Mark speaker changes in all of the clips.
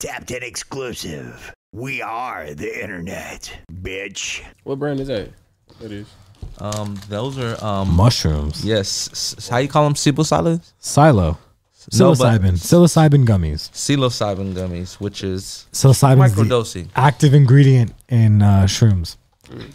Speaker 1: Tapped in exclusive. We are the internet, bitch.
Speaker 2: What brand is that? That is.
Speaker 3: Um, those are um.
Speaker 4: Mushrooms.
Speaker 3: Yes, s- s- how you call them? Psilocybin.
Speaker 4: Silo.
Speaker 3: No,
Speaker 4: Psilocybin.
Speaker 3: but-
Speaker 4: Psilocybin gummies.
Speaker 3: Psilocybin gummies, which is
Speaker 4: Psilocybin is the
Speaker 3: microdosing.
Speaker 4: active ingredient in uh, shrooms.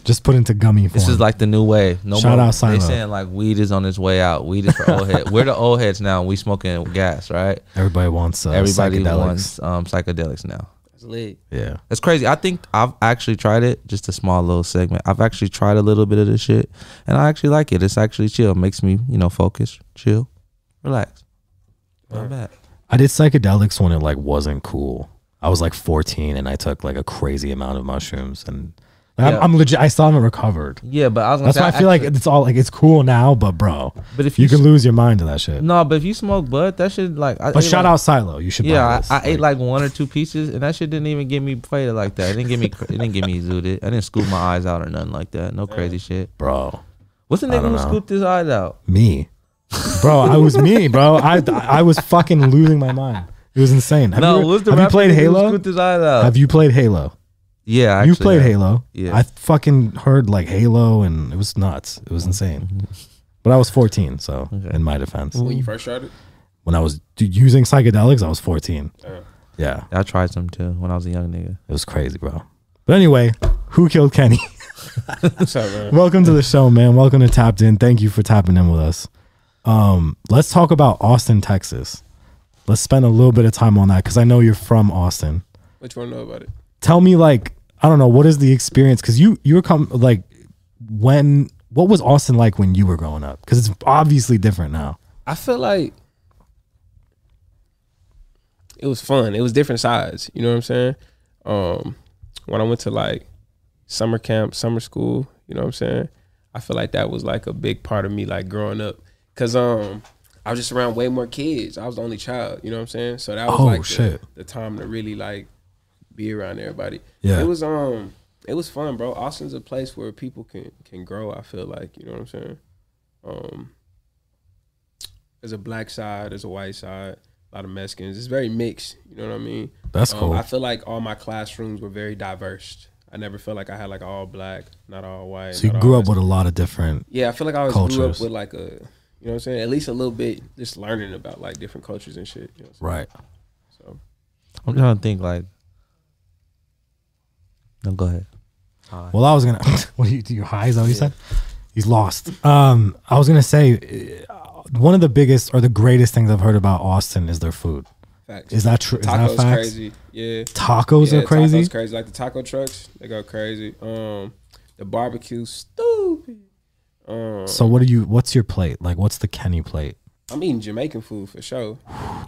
Speaker 4: Just put into gummy form.
Speaker 3: Mm. This is like the new wave. No
Speaker 4: Shout
Speaker 3: more.
Speaker 4: out Silo.
Speaker 3: They saying like weed is on its way out. Weed is for old heads. We're the old heads now. and We smoking gas, right?
Speaker 4: everybody wants uh,
Speaker 3: Everybody
Speaker 4: psychedelics.
Speaker 3: wants um, psychedelics now.
Speaker 2: It's lit.
Speaker 4: Yeah.
Speaker 3: It's crazy. I think I've actually tried it. Just a small little segment. I've actually tried a little bit of this shit, and I actually like it. It's actually chill. It makes me, you know, focus, chill, relax. Not bad.
Speaker 4: I did psychedelics when it like wasn't cool. I was like 14 and I took like a crazy amount of mushrooms and I'm,
Speaker 3: Yeah.
Speaker 4: I'm legit. I still haven't recovered.
Speaker 3: Yeah, but I was gonna
Speaker 4: That's
Speaker 3: say,
Speaker 4: why I feel like
Speaker 3: actually-
Speaker 4: it's all like it's cool now, but bro,
Speaker 3: But if
Speaker 4: you,
Speaker 3: you
Speaker 4: can lose your mind to that shit.
Speaker 3: no, but if you smoke bud, that should like. I
Speaker 4: but
Speaker 3: ate,
Speaker 4: shout
Speaker 3: like-
Speaker 4: out Silo. You should
Speaker 3: Yeah,
Speaker 4: buy
Speaker 3: I,
Speaker 4: this.
Speaker 3: I ate like one or two pieces, and that shit didn't even get me faded like that. It didn't get me. cra- it didn't get me zooted. I didn't scoop my eyes out or nothing like that. No crazy shit.
Speaker 4: bro,
Speaker 3: What's the nigga
Speaker 4: don't
Speaker 3: who
Speaker 4: know.
Speaker 3: scooped his eyes out?
Speaker 4: me, bro, I was me, bro. I I was fucking losing my mind. It was insane. Have
Speaker 3: no,
Speaker 4: you,
Speaker 3: what's the
Speaker 4: have you
Speaker 3: rapper
Speaker 4: played
Speaker 3: nigga Who
Speaker 4: Halo?
Speaker 3: scooped his eyes out?
Speaker 4: Have you played Halo?
Speaker 3: yeah, I
Speaker 4: you
Speaker 3: actually
Speaker 4: played
Speaker 3: have.
Speaker 4: Halo.
Speaker 3: Yeah.
Speaker 4: I fucking heard like Halo and it was nuts. It was insane. But I was 14, so in my defense.
Speaker 2: When you first tried it?
Speaker 4: When I was d- using psychedelics, I was 14. Yeah.
Speaker 3: I tried some too when I was a young nigga.
Speaker 4: It was crazy, bro. But anyway, who killed Kenny?
Speaker 2: What's up, man?
Speaker 4: Welcome to the show, man. Welcome to Tapped In. Thank you for tapping in with us. Um, let's talk about Austin, Texas. Let's spend a little bit of time on that because I know you're from Austin.
Speaker 2: What you want to know about it?
Speaker 4: tell me like I don't know what is the experience because you you were come like when what was Austin like when you were growing up because it's obviously different now.
Speaker 2: I feel like it was fun. It was different sides. You know what I'm saying? Um, when I went to like summer camp, summer school, you know what I'm saying? I feel like that was like a big part of me like growing up. Cause um I was just around way more kids. I was the only child, you know what I'm saying? So that was
Speaker 4: Oh,
Speaker 2: like the-
Speaker 4: shit.
Speaker 2: The, time to really like be around everybody.
Speaker 4: Yeah.
Speaker 2: It was um it was fun, bro. Austin's a place where people can can grow, I feel like, you know what I'm saying? Um there's a black side, there's a white side, a lot of Mexicans. It's very mixed, you know what I mean?
Speaker 4: That's
Speaker 2: Um,
Speaker 4: cool.
Speaker 2: I feel like all my classrooms were very diverse. I never felt like I had like all black, not all white.
Speaker 4: so you
Speaker 2: not
Speaker 4: grew
Speaker 2: all
Speaker 4: up with a lot of different.
Speaker 2: yeah. I feel like I always grew
Speaker 4: cultures.
Speaker 2: up with like a, you know what I'm saying? At least a little bit, just learning about like different cultures and shit. You know what
Speaker 4: Right.
Speaker 2: I'm saying?
Speaker 3: I'm trying to think like. No, go ahead.
Speaker 4: Well, I was gonna. what do you do? Your high is that what you said? He's lost. Um, I was gonna say uh, one of the biggest or the greatest things I've heard about Austin is their food.
Speaker 2: So facts.
Speaker 4: Is that true? Is that
Speaker 2: tacos
Speaker 4: fact?
Speaker 2: crazy? Yeah.
Speaker 4: Tacos
Speaker 2: yeah,
Speaker 4: are crazy.
Speaker 2: Tacos crazy. Like the taco trucks, they go crazy. Um, the barbecue stupid. Um,
Speaker 4: So what do you? What's your plate? Like what's the Kenny plate?
Speaker 2: I'm eating Jamaican food for sure.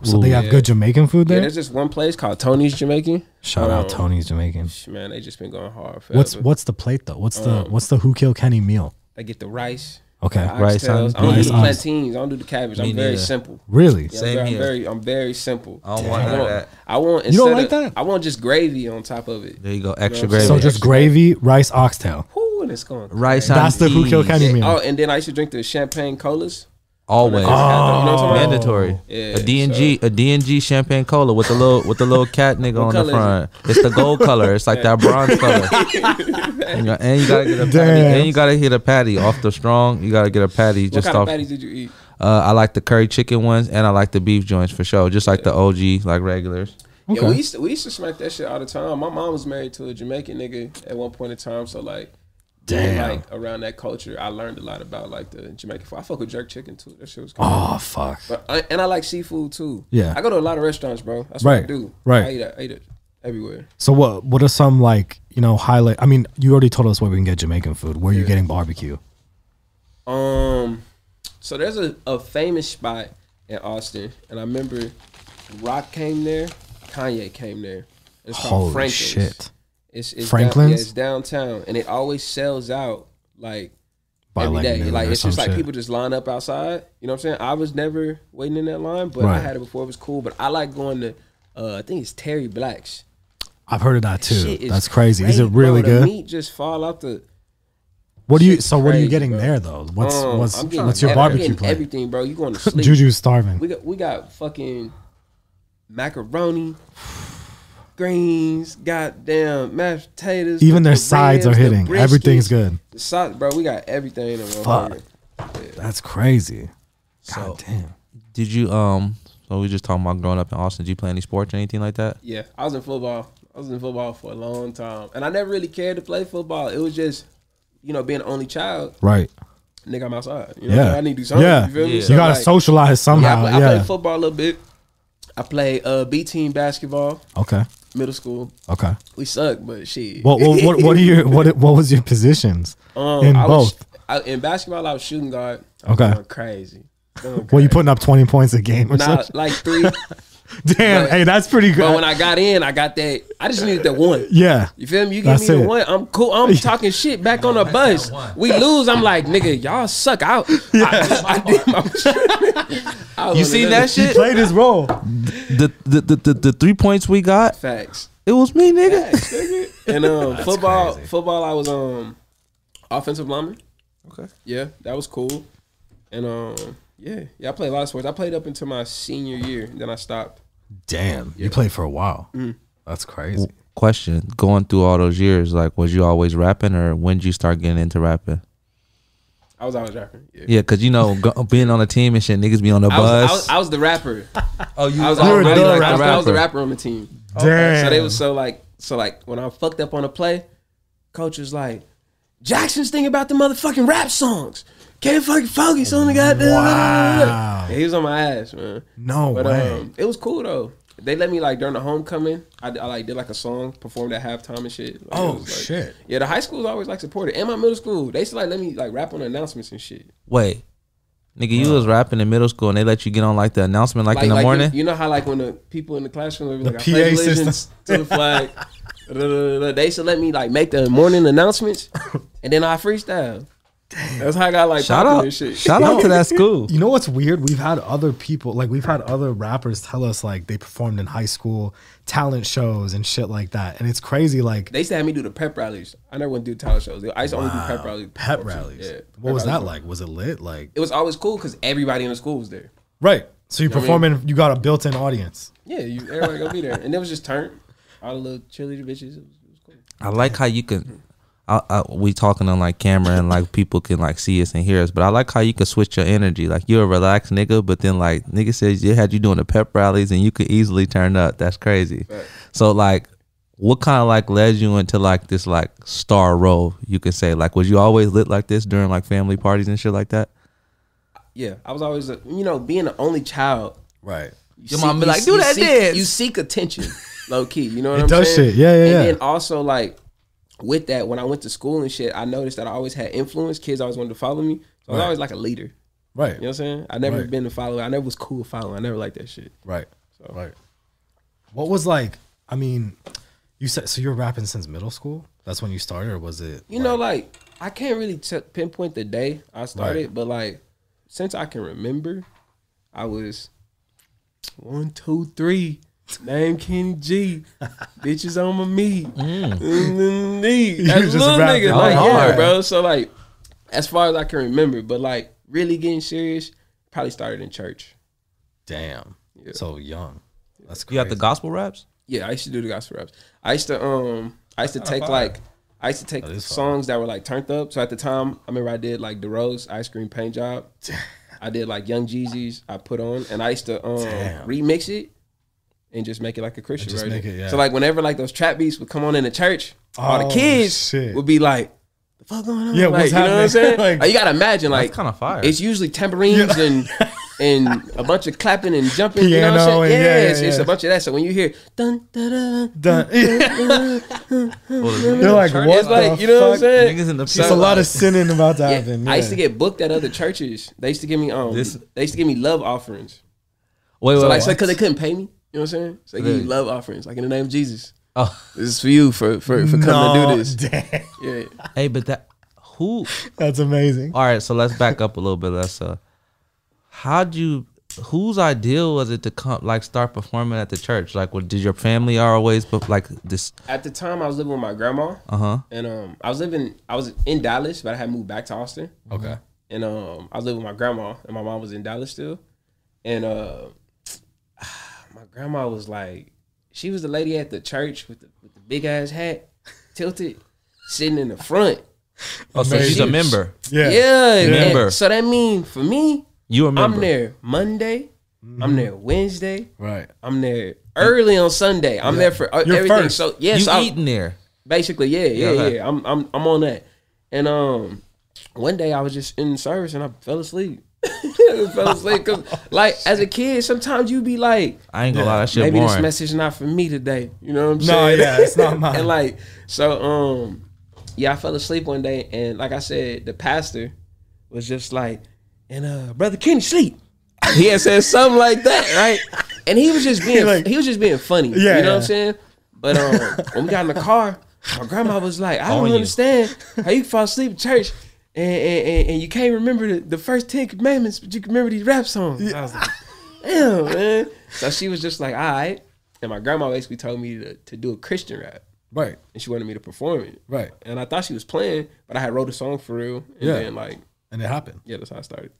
Speaker 4: So they have good Jamaican food
Speaker 2: Yeah,
Speaker 4: there.
Speaker 2: there's this one place called Tony's Jamaican.
Speaker 4: Shout out
Speaker 2: Um,
Speaker 4: Tony's Jamaican.
Speaker 2: Man, they just been going hard. Forever.
Speaker 4: What's what's the plate though? What's the
Speaker 2: Um,
Speaker 4: what's the who killed Kenny meal?
Speaker 2: They get the rice,
Speaker 4: Okay,
Speaker 2: the
Speaker 3: Rice
Speaker 2: oxtails.
Speaker 3: on-
Speaker 2: I don't do
Speaker 4: rice
Speaker 2: the
Speaker 4: on-
Speaker 2: plantains. I don't do the cabbage.
Speaker 3: Me
Speaker 2: I'm very
Speaker 3: neither.
Speaker 2: simple.
Speaker 4: really?
Speaker 2: Yeah,
Speaker 3: Same
Speaker 2: I'm, very,
Speaker 3: here.
Speaker 2: I'm very, I'm very simple.
Speaker 3: I don't want none
Speaker 2: I
Speaker 3: of
Speaker 2: want,
Speaker 3: that.
Speaker 2: I want.
Speaker 4: You don't
Speaker 2: instead
Speaker 4: like
Speaker 2: of-
Speaker 4: that?
Speaker 2: I want just gravy on top of it.
Speaker 3: There you go. Extra
Speaker 2: what I'm
Speaker 3: gravy.
Speaker 4: So just gravy, rice, oxtail.
Speaker 2: Whoo, and it's going.
Speaker 3: rice.
Speaker 4: That's
Speaker 3: on
Speaker 4: the who killed
Speaker 3: peas.
Speaker 4: Kenny meal.
Speaker 2: Oh, and then I used to drink the champagne colas.
Speaker 3: Always.
Speaker 2: Oh. You know what I'm talking about?
Speaker 3: Mandatory.
Speaker 2: Oh, Yeah,
Speaker 3: a DNG, a DNG champagne cola with the little with the little cat nigga on
Speaker 2: color is
Speaker 3: the
Speaker 2: it?
Speaker 3: front. It's the gold color. It's like that bronze color. and, you, and you gotta get a patty.
Speaker 4: Damn.
Speaker 3: And you gotta hit a patty off the strong. You gotta get a patty
Speaker 2: What
Speaker 3: just
Speaker 2: kind
Speaker 3: off.
Speaker 2: of patties did you eat?
Speaker 3: Uh, I like the curry chicken ones, and I like the beef joints for sure. Just like the OG, like regulars.
Speaker 4: Okay.
Speaker 2: Yeah, we used to we used to smack that shit all the time. My mom was married to a Jamaican nigga at one point in time, so like. being,
Speaker 4: Damn.
Speaker 2: Like around that culture, I learned a lot about like the Jamaican food. I fuck with jerk chicken too. That shit was cool.
Speaker 4: Oh fuck.
Speaker 2: But I, and I like seafood too.
Speaker 4: Yeah.
Speaker 2: I go to a lot of restaurants, bro. That's what
Speaker 4: Right,
Speaker 2: I do.
Speaker 4: right.
Speaker 2: I eat, I eat it everywhere.
Speaker 4: So what what are some like you know highlight? I mean, you already told us where we can get Jamaican food. Where are you getting barbecue?
Speaker 2: Um, so there's a, a famous spot in Austin, and I remember Rock came there, Kanye came there. It's called
Speaker 4: Holy
Speaker 2: Franklin's.
Speaker 4: shit!
Speaker 2: It's, it's Down,
Speaker 4: Franklin's?
Speaker 2: yeah, it's downtown, and it always sells out like
Speaker 4: By
Speaker 2: every
Speaker 4: like
Speaker 2: day.
Speaker 4: noon
Speaker 2: Like
Speaker 4: or
Speaker 2: it's just
Speaker 4: some
Speaker 2: like
Speaker 4: shit.
Speaker 2: people just line up outside. You know what I'm saying? I was never waiting in that line, but I
Speaker 4: Right.
Speaker 2: had it before. It was cool. But I like going to. Uh, I think it's Terry Black's.
Speaker 4: I've heard of that too.
Speaker 2: Shit is
Speaker 4: That's crazy. Is
Speaker 2: great,
Speaker 4: it
Speaker 2: bro.
Speaker 4: really
Speaker 2: The
Speaker 4: good?
Speaker 2: meat just fall out the.
Speaker 4: What do you?
Speaker 2: shit's
Speaker 4: So what are you
Speaker 2: crazy,
Speaker 4: getting
Speaker 2: bro.
Speaker 4: there though? What's
Speaker 2: Um,
Speaker 4: what's
Speaker 2: I'm getting
Speaker 4: what's your
Speaker 2: every- I'm
Speaker 4: barbecue
Speaker 2: getting
Speaker 4: plate?
Speaker 2: Everything, bro. You going to sleep?
Speaker 4: Juju's
Speaker 2: We
Speaker 4: starving.
Speaker 2: got we got fucking macaroni, greens, goddamn mashed potatoes.
Speaker 4: Even
Speaker 2: with
Speaker 4: their
Speaker 2: the
Speaker 4: sides
Speaker 2: ribs,
Speaker 4: are
Speaker 2: the
Speaker 4: hitting.
Speaker 2: briskets,
Speaker 4: Everything's good.
Speaker 2: the sides, bro. We got everything in the
Speaker 4: Fuck. That's crazy.
Speaker 3: So-
Speaker 4: God damn.
Speaker 3: Did you um? So we just talking about growing up in Austin. Did you play any sports or anything like that?
Speaker 2: Yeah, I was in football. I was in football for a long time, and I never really cared to play football. It was just, you know, being the only child.
Speaker 4: Right.
Speaker 2: Nigga, I'm outside. You know,
Speaker 4: Yeah.
Speaker 2: I need to do something.
Speaker 4: Yeah.
Speaker 2: You feel me?
Speaker 3: Yeah.
Speaker 2: So,
Speaker 4: You gotta
Speaker 2: like,
Speaker 4: socialize
Speaker 2: Yeah, I,
Speaker 4: somehow.
Speaker 2: play,
Speaker 4: Yeah.
Speaker 2: I played football a little bit. I played uh, B team basketball,
Speaker 4: okay.
Speaker 2: middle school.
Speaker 4: Okay.
Speaker 2: We sucked, but shit.
Speaker 4: Well, well what what are your what what was your positions?
Speaker 2: Um,
Speaker 4: in
Speaker 2: I was-
Speaker 4: both?
Speaker 2: I, in basketball, I was shooting guard. I was
Speaker 4: Okay.
Speaker 2: going crazy. Going
Speaker 4: Well,
Speaker 2: crazy.
Speaker 4: you putting up twenty points a game or
Speaker 2: Nah,
Speaker 4: something?
Speaker 2: like three. but
Speaker 4: Damn,
Speaker 2: but-
Speaker 4: hey, that's pretty good.
Speaker 2: when I got in, I got that. I just needed that one.
Speaker 4: yeah,
Speaker 2: You feel me? You give
Speaker 4: That's
Speaker 2: me the
Speaker 4: it.
Speaker 2: one. I'm cool. I'm talking shit back on the bus. We lose. I'm like, nigga, y'all suck out. I, I did my I was on
Speaker 3: You seen
Speaker 2: another-
Speaker 3: that shit?
Speaker 4: played his role.
Speaker 3: The the, the the the three points we got,
Speaker 2: Facts.
Speaker 3: it was me, nigga.
Speaker 2: And um, football, football, I was um, offensive lineman.
Speaker 3: Okay.
Speaker 2: Yeah, that was cool. And um, yeah, yeah, I played a lot of sports. I played up until my senior year, then I stopped.
Speaker 4: Damn, you played for a while.
Speaker 2: Mm.
Speaker 4: That's crazy.
Speaker 3: Question: Going through all those years, like, was you always rapping, or when did you start getting into rapping?
Speaker 2: I was always rapping. Yeah.
Speaker 3: Yeah, cause you know, go, being on a team and shit, niggas be on the
Speaker 2: I was,
Speaker 3: bus.
Speaker 2: I was I was the rapper.
Speaker 3: oh, you
Speaker 2: I was
Speaker 3: you were
Speaker 2: always
Speaker 3: the
Speaker 2: like,
Speaker 3: rapper.
Speaker 2: I was- I was the rapper on the team.
Speaker 4: Damn.
Speaker 2: So they was so like so like when I fucked up on a play, coach was like, Jackson's thinking about the motherfucking rap songs. Can't fucking focus on the goddamn.
Speaker 4: Wow.
Speaker 2: Yeah, he was on my ass, man.
Speaker 4: No
Speaker 2: But
Speaker 4: way.
Speaker 2: um, it was cool though. They let me like during the homecoming, I, I like did like a song, performed at halftime and shit. Like, it
Speaker 4: Oh,
Speaker 2: was, like-
Speaker 4: shit.
Speaker 2: Yeah, the high school's always like supported, and my middle school, they used to like let me like rap on announcements and shit.
Speaker 3: Wait, nigga, you was rapping in middle school, and they let you get on like the announcement, like, in the
Speaker 2: you-
Speaker 3: morning.
Speaker 2: You, know how like when the people in the classroom would be
Speaker 4: The
Speaker 2: like, I
Speaker 4: PA
Speaker 2: pledge
Speaker 4: system.
Speaker 2: allegiance to the flag. da, da, da, da, da. They used to let me like make the morning announcements, and then I freestyle. That's how I got like
Speaker 3: shout
Speaker 2: popular
Speaker 3: out,
Speaker 2: and shit.
Speaker 3: shout out to that school.
Speaker 4: You know what's weird? We've had other people, like we've had other rappers tell us like they performed in high school talent shows and shit like that. And it's crazy like
Speaker 2: They used to have me do the pep rallies. I never went to do talent shows. I used to only do pep rallies.
Speaker 4: pep rallies.
Speaker 2: Yeah.
Speaker 4: What was
Speaker 2: Pep
Speaker 4: that
Speaker 2: rallies.
Speaker 4: like? Was it lit? Like
Speaker 2: It was always cool because everybody in the school was there.
Speaker 4: Right. So you perform in you got a built-in audience.
Speaker 2: Yeah, you, everybody gonna be there, and it was just turn. All the little cheerleader bitches. It was, it was cool.
Speaker 3: I like how you can. I, I, we talking on like camera and like people can like see us and hear us, but I like how you can switch your energy. Like you're a relaxed nigga, but then like nigga says you had you doing the pep rallies and you could easily turn up. That's crazy. So like, what kind of like led you into like this like star role? You could say like, was you always lit like this during like family parties and shit like that?
Speaker 2: Yeah, I was always, a, you know, being the only child.
Speaker 4: Right.
Speaker 2: You
Speaker 3: Your mom
Speaker 2: seek- you
Speaker 3: be like,
Speaker 2: s-
Speaker 3: "Do
Speaker 2: you
Speaker 3: that
Speaker 2: seek-
Speaker 3: dance."
Speaker 2: You seek attention, low key. You know what
Speaker 4: It
Speaker 2: I'm
Speaker 4: does
Speaker 2: saying?
Speaker 4: shit. Yeah, yeah,
Speaker 2: And
Speaker 4: yeah.
Speaker 2: then also like with that, when I went to school and shit, I noticed that I always had influence. Kids always wanted to follow me. So I was always like a leader. You
Speaker 4: Right.
Speaker 2: know what I'm saying? I never
Speaker 4: Right.
Speaker 2: been a follower. I never was cool with following. I never liked that shit.
Speaker 4: Right. Right. What was like I mean, you said so you're rapping since middle school? That's when you started or was it
Speaker 2: You know, like I can't really t- pinpoint the day I started, but like since I can remember, I was one, two, three. Name Kenny G, bitches on my me. Mm. That's
Speaker 4: just
Speaker 2: little
Speaker 4: rapping
Speaker 2: nigga, like yeah,
Speaker 4: hard.
Speaker 2: bro. So like, as far as I can remember, but like really getting serious, probably started in church.
Speaker 4: damn. So young. That's crazy.
Speaker 3: You got the gospel raps?
Speaker 2: Yeah, I used to do the gospel raps. I used to um I used to take like I used to take
Speaker 4: is fire.
Speaker 2: songs that were like turned up. So at the time, I remember I did like The Rose Ice Cream Paint Job. I did like Young Jeezy's I put on and I used to um
Speaker 4: Damn.
Speaker 2: remix it and just make it like a Christian
Speaker 4: just
Speaker 2: version.
Speaker 4: make it, yeah.
Speaker 2: So like whenever like those trap beats would come on in the church, all
Speaker 4: Oh,
Speaker 2: the kids
Speaker 4: shit.
Speaker 2: would be like the fuck going on?
Speaker 4: Yeah,
Speaker 2: like,
Speaker 4: what's
Speaker 2: you know what I'm
Speaker 4: happening?
Speaker 2: saying?
Speaker 4: Like-
Speaker 2: Like, you gotta imagine, like
Speaker 3: kinda fire.
Speaker 2: It's usually tambourines and and a bunch of clapping and jumping. you know what
Speaker 4: Piano
Speaker 2: I'm
Speaker 4: and
Speaker 2: saying?
Speaker 4: yeah, yeah,
Speaker 2: it's, it's
Speaker 4: yeah.
Speaker 2: a bunch of that. So when you hear dun dun dun, dun
Speaker 4: Done.
Speaker 3: Well,
Speaker 4: You're like
Speaker 2: church,
Speaker 4: what
Speaker 2: it's like
Speaker 4: the
Speaker 2: you know what I'm
Speaker 4: fuck?
Speaker 2: saying.
Speaker 3: Niggas in the
Speaker 4: It's
Speaker 3: So,
Speaker 4: a lot
Speaker 3: like-
Speaker 4: of sinning about to
Speaker 2: yeah,
Speaker 4: happen.
Speaker 2: I used to
Speaker 4: yeah.
Speaker 2: get booked at other churches. They used to give me um,
Speaker 3: This-
Speaker 2: they used to give me love offerings.
Speaker 3: wait, wait,
Speaker 2: So like,
Speaker 3: wait.
Speaker 2: so because they couldn't pay me, you know what I'm saying? So they give you
Speaker 3: Really?
Speaker 2: love offerings, like in the name of Jesus.
Speaker 3: Oh.
Speaker 2: This is for you for for for coming to do this.
Speaker 4: Damn.
Speaker 2: Yeah,
Speaker 3: hey, but that who?
Speaker 4: That's amazing.
Speaker 3: All right, so let's back up a little bit. Let's uh, how'd you? Whose idea was it to come like start performing at the church? Like, what did your family always? But like this,
Speaker 2: at the time I was living with my grandma,
Speaker 3: uh huh.
Speaker 2: and um, I was living I was in Dallas, but I had moved back to Austin.
Speaker 4: Okay.
Speaker 2: and um, I was living with my grandma, and my mom was in Dallas still, and uh, my grandma was like, She was the lady at the church with the with the big ass hat tilted, sitting in the front.
Speaker 3: Oh, so she's a
Speaker 2: Amazing.
Speaker 3: member.
Speaker 2: Yeah, and
Speaker 3: Member.
Speaker 2: so that mean for me,
Speaker 3: You a member?
Speaker 2: I'm there Monday, I'm there Wednesday,
Speaker 4: Right.
Speaker 2: I'm there early on Sunday. I'm there for uh,
Speaker 4: You're
Speaker 2: everything.
Speaker 4: first.
Speaker 2: So yes,
Speaker 3: you
Speaker 2: I,
Speaker 3: eating there?
Speaker 2: basically yeah, yeah,
Speaker 3: okay.
Speaker 2: yeah. I'm I'm I'm on that. And um, one day I was just in service and I fell asleep. fell asleep 'cause, like as a kid, sometimes you be like,
Speaker 3: I ain't gonna lie, that shit
Speaker 2: maybe this
Speaker 3: boring.
Speaker 2: message not for me today. You know what I'm
Speaker 4: No,
Speaker 2: saying?
Speaker 4: yeah, it's not mine.
Speaker 2: and like so, um, yeah, I fell asleep one day and like I said, the pastor was just like, and uh, brother Kenny sleep. He had said something like that, right? And he was just being
Speaker 4: Like-
Speaker 2: he was just being funny. you know
Speaker 4: Yeah,
Speaker 2: what
Speaker 4: yeah.
Speaker 2: I'm saying? But um, when we got in the car, my grandma was like, I
Speaker 3: On
Speaker 2: don't
Speaker 3: you.
Speaker 2: understand how you fall asleep in church. And, and, and, and you can't remember the, the first 10 commandments, but you can remember these rap songs. I was like, damn, man. So she was just like, all right. And my grandma basically told me to, to do a Christian rap.
Speaker 4: Right.
Speaker 2: And she wanted me to perform it.
Speaker 4: Right.
Speaker 2: And I thought she was playing, but I had wrote a song for real. And
Speaker 4: Yeah.
Speaker 2: then, like,
Speaker 4: And it happened.
Speaker 2: yeah, that's how I started.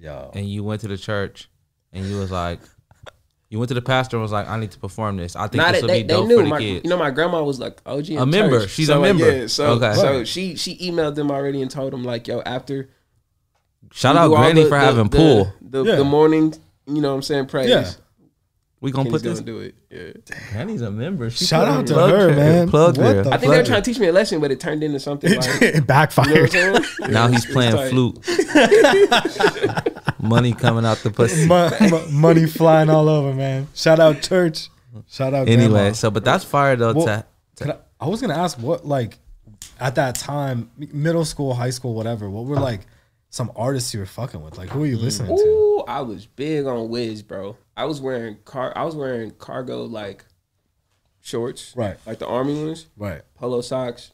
Speaker 4: Yo.
Speaker 3: and you went to the church and you was like you went to the pastor and was like, I need to perform this. I think
Speaker 2: Not
Speaker 3: this
Speaker 2: that
Speaker 3: will
Speaker 2: they,
Speaker 3: be
Speaker 2: they
Speaker 3: dope
Speaker 2: knew
Speaker 3: for the
Speaker 2: my,
Speaker 3: kids.
Speaker 2: you know, my grandma was like OG. in
Speaker 3: A member.
Speaker 2: church.
Speaker 3: She's
Speaker 2: So,
Speaker 3: a
Speaker 2: like,
Speaker 3: member.
Speaker 2: Yeah, so
Speaker 3: Okay.
Speaker 2: so she she emailed them already and told them like, yo, after
Speaker 3: Shout
Speaker 2: we
Speaker 3: out
Speaker 2: do all
Speaker 3: Granny
Speaker 2: the-
Speaker 3: for
Speaker 2: the-
Speaker 3: having
Speaker 2: the-
Speaker 3: pool.
Speaker 2: the,
Speaker 4: Yeah.
Speaker 2: the morning, you know what I'm saying, praise.
Speaker 4: Yeah.
Speaker 3: We gonna
Speaker 2: Kenny's
Speaker 3: put
Speaker 2: gonna
Speaker 3: this.
Speaker 2: do it. Yeah.
Speaker 3: Granny's a member. She
Speaker 4: Shout
Speaker 3: put
Speaker 4: out to
Speaker 3: plug
Speaker 4: her, man.
Speaker 3: Plug
Speaker 4: What
Speaker 3: her.
Speaker 4: the
Speaker 2: I think they were
Speaker 4: Plug
Speaker 2: trying to teach me a lesson, but it turned into something like
Speaker 4: it
Speaker 2: you know what
Speaker 4: backfired.
Speaker 2: I'm saying?
Speaker 3: Now he's
Speaker 2: It's
Speaker 3: playing
Speaker 2: tight.
Speaker 3: flute. Money coming out the pussy.
Speaker 4: Mo- mo- money flying all over, man. Shout out church. Shout out. grandma.
Speaker 3: Anyway, so but that's fire though.
Speaker 4: Well,
Speaker 3: to,
Speaker 4: Could
Speaker 3: to,
Speaker 4: I, I was gonna ask what like at that time, m- middle school, high school, whatever. What were like some artists you were fucking with? Like who are you listening to?
Speaker 2: Ooh, I was big on Wiz, bro. I was wearing car I was wearing cargo like shorts.
Speaker 4: Right.
Speaker 2: Like the army ones.
Speaker 4: Right.
Speaker 2: Polo socks,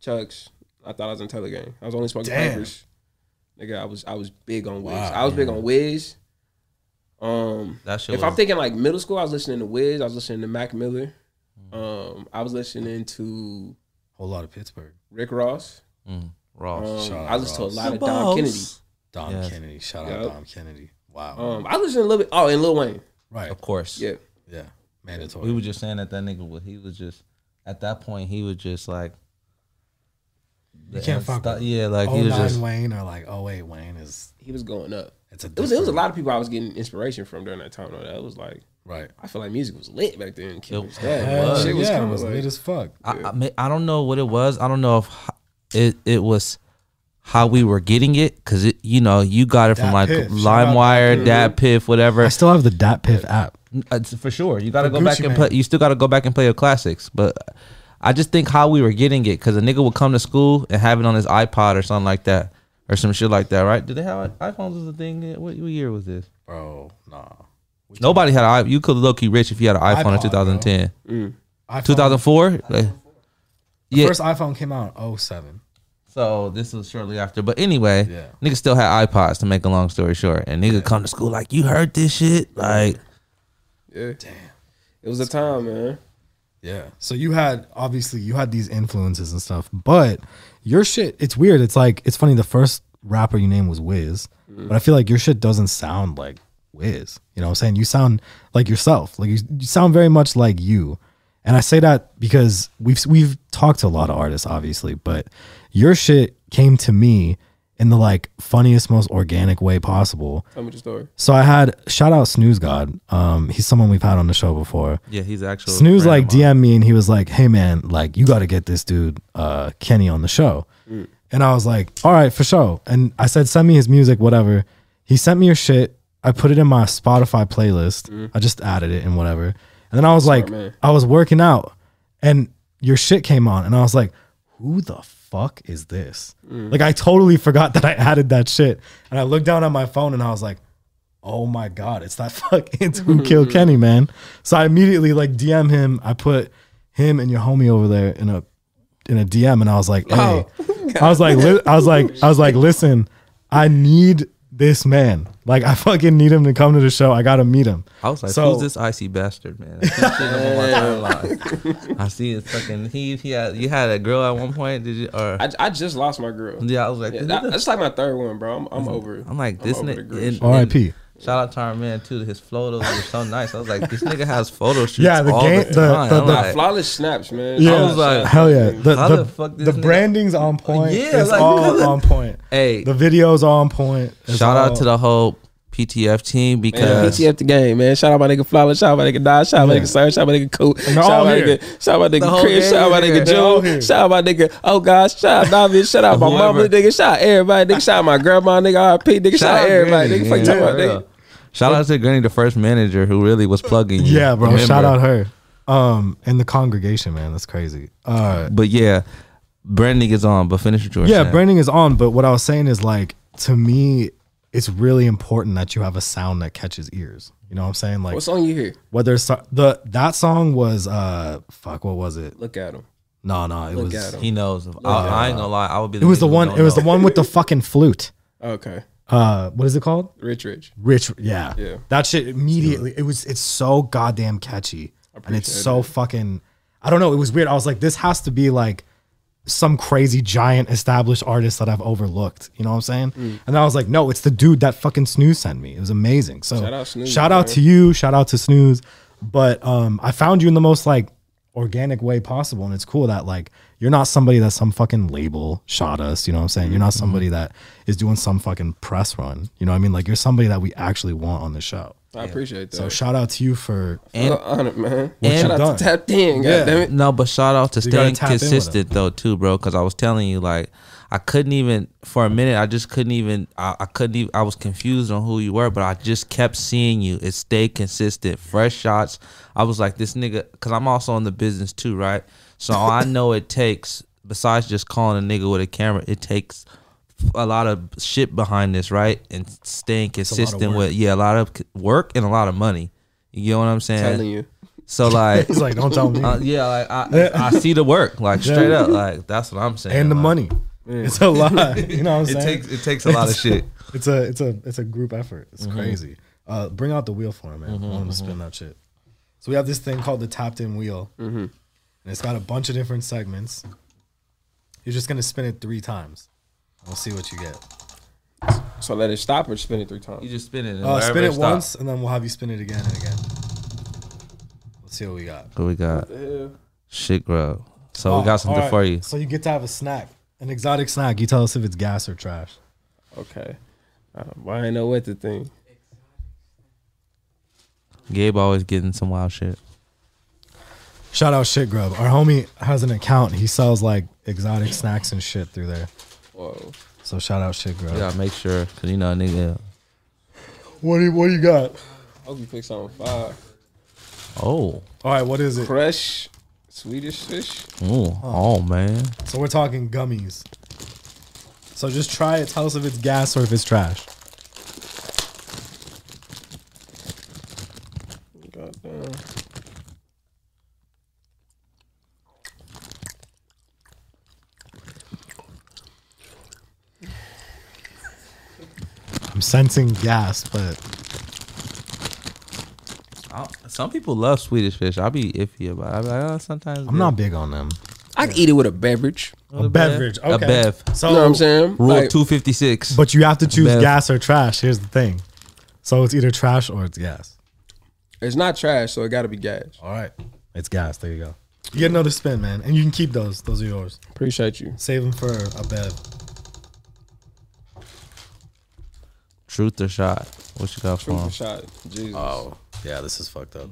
Speaker 2: chucks. I thought I was in Telegang. I was only smoking
Speaker 4: Damn.
Speaker 2: papers. Nigga, I was I was big on Wiz.
Speaker 4: Wow,
Speaker 2: I was big on Wiz. Um
Speaker 3: that shit.
Speaker 2: if
Speaker 3: was,
Speaker 2: I'm thinking like middle school, I was listening to Wiz, I was listening to Mac Miller.
Speaker 3: Mm.
Speaker 2: Um I was listening to
Speaker 4: Whole lot of Pittsburgh.
Speaker 2: Rick Ross.
Speaker 3: mm,
Speaker 2: Um,
Speaker 3: raw.
Speaker 4: Shout out
Speaker 2: I listened to a
Speaker 4: Ross.
Speaker 2: lot of Don Kennedy.
Speaker 4: Dom
Speaker 3: Yes.
Speaker 4: Kennedy. Shout out
Speaker 2: Yup.
Speaker 4: Dom Kennedy. Wow.
Speaker 2: Um, I listened to a little bit. Oh, and Lil Wayne.
Speaker 4: right.
Speaker 3: Of course.
Speaker 2: Yeah.
Speaker 4: Yeah. Mandatory.
Speaker 3: We were just saying that that nigga was. He was just at that point. He was just like.
Speaker 4: You can't fuck with-
Speaker 3: Yeah, like
Speaker 4: oh
Speaker 3: he was
Speaker 4: nine
Speaker 3: just.
Speaker 4: Wayne or like oh eight Wayne is
Speaker 2: He was going up.
Speaker 4: it's a
Speaker 2: It was it was a
Speaker 4: different-
Speaker 2: lot of people I was getting inspiration from during that time. Though. That was like
Speaker 4: right.
Speaker 2: I feel like music was lit back then. Kill was
Speaker 4: Hell
Speaker 2: dead. Shit was
Speaker 4: yeah, it
Speaker 2: coming,
Speaker 4: was
Speaker 2: like-
Speaker 4: lit as fuck.
Speaker 3: I, I, mean, I don't know what it was. I don't know if ho- it it was how we were getting it because it you know you got it
Speaker 4: Dat
Speaker 3: from like
Speaker 4: Piff. Shout out
Speaker 3: LimeWire, Dat Piff, whatever.
Speaker 4: I still have the Dot Piff app.
Speaker 3: Uh, it's for sure. You got to
Speaker 4: For
Speaker 3: go back
Speaker 4: Gucci
Speaker 3: and
Speaker 4: Mane.
Speaker 3: play. You still got to go back and play your classics. But I just think how we were getting it because a nigga would come to school and have it on his iPod or something like that or some shit like that, right? Did they have iPhones? Was a thing? yet? What, what year was this?
Speaker 4: Bro, nah.
Speaker 3: Nobody had. An, i- you could low key rich if you had an iPhone
Speaker 4: iPod,
Speaker 3: in
Speaker 4: bro.
Speaker 3: 2010,
Speaker 4: iPhone,
Speaker 3: 2004. Like, yeah.
Speaker 4: First iPhone came out in 07.
Speaker 3: So this was shortly after. But anyway,
Speaker 4: Yeah.
Speaker 3: nigga still had iPods to make a long story short. And nigga come to school like, you heard this shit? Like
Speaker 2: Yeah. Damn. It was a time, man.
Speaker 4: Yeah. So you had obviously you had these influences and stuff, but your shit, it's weird. It's like it's funny. The first rapper you named was Wiz, but I feel like your shit doesn't sound like Wiz. You know what I'm saying? You sound like yourself. Like you, you sound very much like you. And I say that because we've we've talked to a lot of artists, obviously, but your shit came to me in the like funniest, most organic way possible.
Speaker 2: Tell me the story.
Speaker 4: So I had shout out Snooze God. Um, he's someone we've had on the show before.
Speaker 3: Yeah, he's actually
Speaker 4: Snooze like DM me and he was like, "Hey man, like you got to get this dude uh, Kenny on the show," and I was like, "All right, for sure." And I said, "Send me his music, whatever." He sent me your shit. I put it in my Spotify playlist. I just added it and whatever. And then I was like,
Speaker 2: man.
Speaker 4: I was working out, and your shit came on, and I was like, "Who the fuck is this?" Like I totally forgot that I added that shit, and I looked down at my phone and I was like, oh my god it's that fucking it's who killed kenny man so i immediately like dm him i put him and your homie over there in a in a dm and i was like hey i was like li- i was like i was like listen i need this man like i fucking need him to come to the show i gotta meet him
Speaker 3: I was like,
Speaker 4: So-
Speaker 3: who's this icy bastard, man? I keep seeing him on my timeline. I see his fucking he he had you had a girl at one point, did you or
Speaker 2: I, I just lost my girl.
Speaker 3: yeah, I was like,
Speaker 2: Yeah,
Speaker 3: this
Speaker 2: that-
Speaker 3: nigga-
Speaker 2: that's like my third one, bro. I'm, I'm over it.
Speaker 3: I'm like
Speaker 2: I'm
Speaker 3: this
Speaker 2: over the
Speaker 3: nigga
Speaker 2: girl
Speaker 3: and-
Speaker 2: shit.
Speaker 4: rip
Speaker 3: Shout out to our man too. His photos were so nice. I was like, this nigga has photo shoots.
Speaker 4: Yeah, the
Speaker 3: all
Speaker 4: game-
Speaker 3: the
Speaker 4: the-
Speaker 3: time.
Speaker 4: the-
Speaker 3: I'm
Speaker 4: the-
Speaker 3: like,
Speaker 2: Flawless snaps, man.
Speaker 4: Yeah.
Speaker 3: I was like,
Speaker 4: Hell yeah. The,
Speaker 3: How
Speaker 4: the,
Speaker 3: the
Speaker 4: the,
Speaker 3: fuck this nigga-
Speaker 4: branding's on point.
Speaker 3: Yeah,
Speaker 4: it's
Speaker 3: like-
Speaker 4: all on point.
Speaker 3: hey,
Speaker 4: The video's on point. It's
Speaker 3: shout out
Speaker 4: all-
Speaker 3: to the whole PTF team
Speaker 2: Man,
Speaker 3: because
Speaker 2: PTF the game, man. Shout out my nigga Flawless. Shout out my nigga Dodge. Shout out my nigga Sir. Shout out my nigga Coop. Shout
Speaker 4: all
Speaker 2: out my
Speaker 4: here.
Speaker 2: nigga. Shout out my
Speaker 3: The
Speaker 2: nigga
Speaker 3: whole
Speaker 2: Chris.
Speaker 3: gang
Speaker 2: Shout out my
Speaker 3: is here.
Speaker 2: nigga
Speaker 4: They all
Speaker 2: Joe.
Speaker 4: here.
Speaker 2: Shout out my nigga. Oh gosh. Shout out David. Shout out my mama,
Speaker 3: Whoever.
Speaker 2: nigga. Shout out everybody. Nigga. Shout out my grandma, nigga. RP, nigga. Shout out everybody.
Speaker 3: Granny,
Speaker 2: Nigga. Fuck you
Speaker 3: yeah,
Speaker 2: talking about,
Speaker 3: for
Speaker 2: nigga.
Speaker 3: real. Shout out to Granny, the first manager who really was plugging you.
Speaker 4: Yeah, bro.
Speaker 3: Remember?
Speaker 4: Shout out her. Um, and the congregation, man. That's crazy. Uh,
Speaker 3: But yeah, branding is on. But finish what you were
Speaker 4: yeah,
Speaker 3: saying.
Speaker 4: branding is on, but what I was saying is like to me, it's really important that you have a sound that catches ears. You know what I'm saying? Like
Speaker 2: What song you hear?
Speaker 4: whether it's the that song was uh fuck, what was it?
Speaker 2: Look at him.
Speaker 4: No, no, it
Speaker 2: Look
Speaker 4: was
Speaker 2: at him.
Speaker 3: He knows. I, I ain't gonna lie. I would be.
Speaker 4: it was the
Speaker 3: nigga who
Speaker 4: one
Speaker 3: don't
Speaker 4: it was
Speaker 3: know.
Speaker 4: the one with the fucking flute.
Speaker 2: Okay.
Speaker 4: Uh what is it called?
Speaker 2: Rich, rich.
Speaker 4: Rich, yeah.
Speaker 2: Yeah.
Speaker 4: That shit immediately. It was. It's so goddamn catchy, and it's so fucking. I don't know. It was weird. I was like, this has to be like some crazy giant established artist that I've overlooked. You know what I'm saying? And I was like, no, it's the dude that fucking Snooze sent me. It was amazing. So
Speaker 2: Shout out Snooze,
Speaker 4: shout out
Speaker 2: man.
Speaker 4: to you. Shout out to Snooze. But um, I found you in the most like organic way possible, and it's cool that like you're not somebody that some fucking label shot us. You know what I'm saying? You're not somebody that is doing some fucking press run. You know what I mean? Like you're somebody that we actually want on the show.
Speaker 2: I appreciate that.
Speaker 4: So shout out to you for
Speaker 2: and, honor, man.
Speaker 3: and-
Speaker 2: Shout out to
Speaker 4: done.
Speaker 2: Tap In.
Speaker 4: Yeah.
Speaker 2: God damn it.
Speaker 3: No, but shout out to
Speaker 4: gotta
Speaker 3: staying
Speaker 4: tap in with them.
Speaker 3: consistent though too, bro. Because I was telling you, like, I couldn't even for a minute. I just couldn't even. I, I couldn't even. I was confused on who you were, but I just kept seeing you. It stayed consistent. Fresh shots. I was like, this nigga. Because I'm also in the business too, right? So I know it takes. Besides just calling a nigga with a camera, it takes a lot of shit behind this, right? And staying consistent with yeah, a lot of c- work and a lot of money. You know what I'm saying?
Speaker 2: Telling you.
Speaker 3: So like,
Speaker 4: he's like, don't tell me.
Speaker 3: uh, yeah, like I, I see the work, like straight up, like that's what I'm saying.
Speaker 4: and the
Speaker 3: like,
Speaker 4: money. It's a lot. You know what I'm
Speaker 3: It
Speaker 4: saying?
Speaker 3: takes it takes a lot of shit. Mm-hmm.
Speaker 4: It's a it's a it's a group effort. It's crazy. Uh, bring out the wheel for him, man. I want him to spin that shit. So we have this thing called the tapped in wheel,
Speaker 3: Mm-hmm.
Speaker 4: and it's got a bunch of different segments. You're just gonna spin it three times. We'll see what you get.
Speaker 2: So let it stop or spin it three times.
Speaker 3: You just spin it. And
Speaker 4: Uh,
Speaker 3: wherever
Speaker 4: spin it
Speaker 3: stops.
Speaker 4: once, and then we'll have you spin it again and again. Let's see what we got.
Speaker 3: What we got shit grub. So
Speaker 4: Oh,
Speaker 3: we got something
Speaker 4: alright.
Speaker 3: for you.
Speaker 4: So you get to have a snack, an exotic snack. You tell us if it's gas or trash.
Speaker 2: Okay. Um, I ain't know what to think.
Speaker 3: Gabe always getting some wild shit.
Speaker 4: Shout out Shit Grub. Our homie has an account. He sells like exotic snacks and shit through there.
Speaker 2: Whoa.
Speaker 4: So shout out Shit Grub.
Speaker 3: You gotta make sure, cause you know, a nigga.
Speaker 4: What do you, what do you got?
Speaker 2: hope you pick something fire.
Speaker 3: Oh,
Speaker 4: All right, what is it?
Speaker 2: Fresh Swedish fish.
Speaker 3: ooh, oh man.
Speaker 4: So we're talking gummies. So just try it. Tell us if it's gas or if it's trash.
Speaker 2: Goddamn.
Speaker 4: I'm sensing gas, but
Speaker 3: I- Some people love Swedish fish. I'll be iffy about. It. I'm like, oh, sometimes
Speaker 4: I'm not big on them.
Speaker 2: I can eat it with a beverage.
Speaker 4: A beverage,
Speaker 3: A
Speaker 4: okay.
Speaker 3: bev.
Speaker 4: So
Speaker 2: You know what I'm saying?
Speaker 3: Rule
Speaker 2: Like,
Speaker 3: two fifty six.
Speaker 4: But you have to choose
Speaker 3: Bev.
Speaker 4: gas or trash. Here's the thing. So it's either trash or it's gas.
Speaker 2: It's not trash, so it gotta be gas.
Speaker 4: All right. It's gas. There you go. You get another spin, man, and you can keep those. Those are yours.
Speaker 2: Appreciate you.
Speaker 4: Save them for a bev.
Speaker 3: Truth or shot? What you got for
Speaker 2: Truth
Speaker 3: him?
Speaker 2: or shot. Jesus.
Speaker 4: yeah, this is fucked up.